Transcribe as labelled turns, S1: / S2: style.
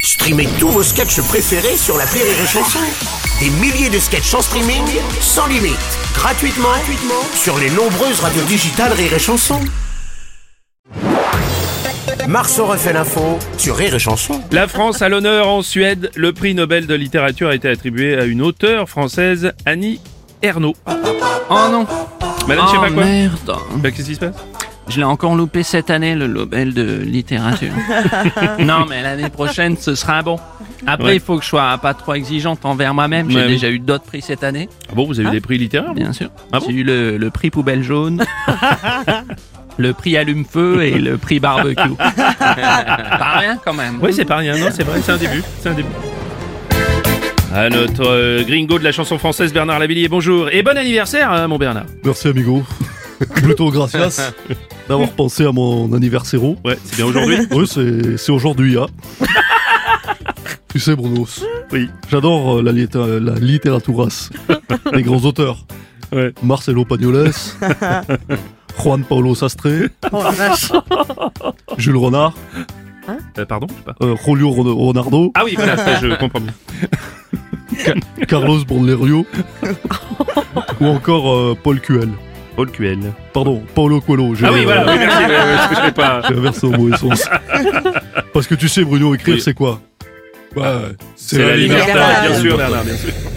S1: Streamez tous vos sketchs préférés sur la Rire et Chanson. Des milliers de sketchs en streaming, sans limite, gratuitement, gratuitement sur les nombreuses radios digitales Rire et Chanson. Marceau refait l'info sur Rire et Chanson.
S2: La France à l'honneur en Suède. Le prix Nobel de littérature a été attribué à une auteure française, Annie Ernaux.
S3: Oh non
S2: Madame, Ah. je sais
S3: Oh,
S2: pas quoi.
S3: merde
S2: Bah, qu'est-ce qui se passe
S3: Je l'ai encore loupé cette année, le Nobel de littérature. non, mais l'année prochaine, ce sera bon. Après,
S2: Ouais.
S3: il faut que je sois pas trop exigeante envers moi-même. J'ai
S2: Ouais, oui.
S3: déjà eu d'autres prix cette année,
S2: Ah bon, vous avez eu des prix littéraires vous
S3: Hein bien sûr.
S2: Ah bon
S3: J'ai eu le, le prix poubelle jaune, le prix allume-feu et le prix barbecue. pas rien quand même.
S2: Oui, c'est pas rien, non, c'est vrai, c'est un début. C'est un début. À notre euh, gringo de la chanson française, Bernard Lavillier, bonjour. Et bon anniversaire, euh, mon Bernard.
S4: Merci amigo. Plutôt gracias d'avoir pensé à mon anniversaire.
S2: Ouais, c'est bien aujourd'hui.
S4: Oui, c'est c'est aujourd'hui, hein. tu sais, Bruno.
S2: Oui.
S4: J'adore euh, la, littérature la litteraturas des grands auteurs.
S2: Ouais.
S4: Marcelo Pagnoles, Juan Paulo Sastre,
S2: Oh,
S4: Jules Renard,
S2: Euh, pardon je sais pas.
S4: euh, Julio Ron- Ronardo,
S2: Ah oui, voilà, ça, je comprends bien.
S4: Carlos Bonlerio ou encore euh, Paul Cuel.
S2: Paul QL.
S4: Pardon, Paulo Coelho. j'ai-
S2: Ah oui, voilà, oui, merci, ouais, ouais, je connais pas.
S4: J'ai inversé au mauvais sens. Parce que tu sais, Bruno, écrire,
S2: Oui.
S4: c'est quoi Ouais,
S2: C'est la liberté,
S5: liberté.
S2: bien sûr, Bernard, bien sûr.